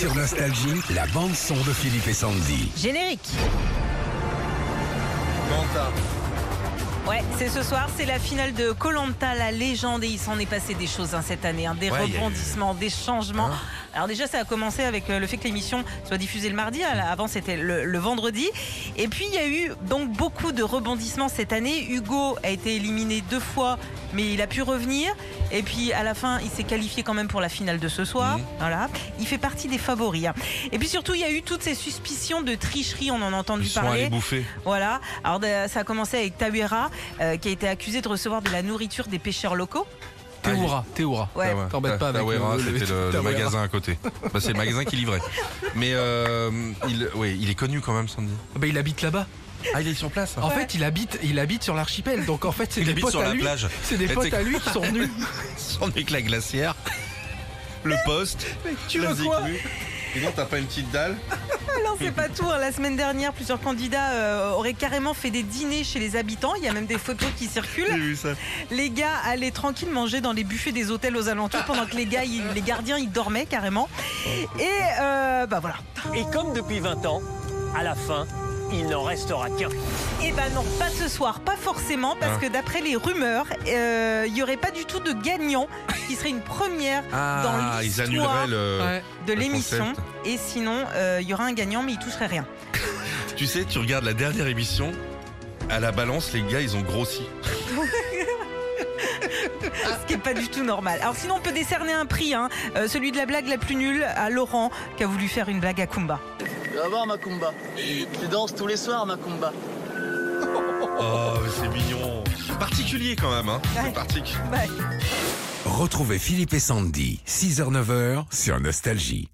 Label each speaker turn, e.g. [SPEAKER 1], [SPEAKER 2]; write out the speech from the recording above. [SPEAKER 1] Sur Nostalgie, la bande son de Philippe et Sandy.
[SPEAKER 2] Générique. Ouais, c'est ce soir, c'est la finale de Colanta, la légende, et il s'en est passé des choses hein, cette année, hein, des
[SPEAKER 1] Ouais, il y a eu-
[SPEAKER 2] rebondissements, des changements.
[SPEAKER 1] Hein
[SPEAKER 2] Alors déjà, ça a commencé avec euh, le fait que l'émission soit diffusée le mardi, hein, là, avant c'était le, le vendredi, et puis il y a eu donc beaucoup de rebondissements cette année. Hugo a été éliminé deux fois, mais il a pu revenir, et puis à la fin, il s'est qualifié quand même pour la finale de ce soir.
[SPEAKER 1] Mhm.
[SPEAKER 2] Voilà, il fait partie des favoris. hein. Et puis surtout, il y a eu toutes ces suspicions de tricherie, on en a entendu
[SPEAKER 3] Ils sont
[SPEAKER 2] parler.
[SPEAKER 3] allés bouffer.
[SPEAKER 2] Voilà. Alors de- ça a commencé avec Tabuera euh, qui a été accusé de recevoir de la nourriture des pêcheurs locaux.
[SPEAKER 4] Théoura, Théoura.
[SPEAKER 2] Ouais.
[SPEAKER 3] Ah
[SPEAKER 4] T'embêtes pas avec
[SPEAKER 3] Tawera,
[SPEAKER 4] le- le-
[SPEAKER 3] c'était le, le
[SPEAKER 4] Tawera.
[SPEAKER 3] magasin à côté. Bah, c'est le magasin qui livrait. Mais euh, il, ouais, il est connu quand même, Sandy.
[SPEAKER 4] Bah, il habite là-bas.
[SPEAKER 3] Ah, il est sur place.
[SPEAKER 4] En fait, il habite, il habite sur l'archipel. Donc en fait, c'est
[SPEAKER 3] Il
[SPEAKER 4] des
[SPEAKER 3] habite
[SPEAKER 4] potes
[SPEAKER 3] sur
[SPEAKER 4] à
[SPEAKER 3] la
[SPEAKER 4] lui.
[SPEAKER 3] plage.
[SPEAKER 4] C'est des
[SPEAKER 3] Et
[SPEAKER 4] potes
[SPEAKER 3] t'es-
[SPEAKER 4] à lui qui sont venus.
[SPEAKER 3] Son la glacière, le poste,
[SPEAKER 4] tu
[SPEAKER 3] la
[SPEAKER 4] veux quoi
[SPEAKER 3] zigmu. Et non, t'as pas une petite dalle
[SPEAKER 2] Alors c'est pas tout. hein. La semaine dernière, plusieurs candidats euh, auraient carrément fait des dîners chez les habitants. Il y a même des photos qui circulent.
[SPEAKER 3] vu ça.
[SPEAKER 2] Les gars allaient tranquilles manger dans les buffets des hôtels aux alentours pendant que les gars, ils- les gardiens, ils dormaient carrément.
[SPEAKER 3] Oh.
[SPEAKER 2] Et euh, bah voilà.
[SPEAKER 5] Et comme depuis 20 ans, à la fin, il n'en restera qu'un.
[SPEAKER 2] Eh ben non, pas ce soir, pas forcément, parce
[SPEAKER 3] Hein
[SPEAKER 2] que d'après les rumeurs, euh, il y n'y aurait pas du tout de gagnant, ce qui serait une première dans
[SPEAKER 3] Ah, ils
[SPEAKER 2] l'histoire
[SPEAKER 3] annuleraient le.
[SPEAKER 4] Ouais.
[SPEAKER 2] de
[SPEAKER 3] Le
[SPEAKER 2] l'émission.
[SPEAKER 3] concept.
[SPEAKER 2] Et sinon, euh, il y aura un gagnant, mais il toucherait rien.
[SPEAKER 3] Tu sais, tu regardes la dernière émission. À la balance, les gars, ils ont grossi.
[SPEAKER 2] Ce qui n'est pas du tout normal. Alors sinon, on peut décerner un prix, hein, euh, celui de la blague la plus nulle à Laurent, qui a voulu faire une blague à Kumba.
[SPEAKER 6] Tu vas voir Macumba. Tu danses tous les soirs Macumba.
[SPEAKER 3] Oh, mais c'est mignon. Particulier quand même, hein.
[SPEAKER 2] Ouais.
[SPEAKER 3] C'est particulier.
[SPEAKER 2] Bye.
[SPEAKER 1] Retrouvez Philippe et Sandy, 6h-9h, sur Nostalgie.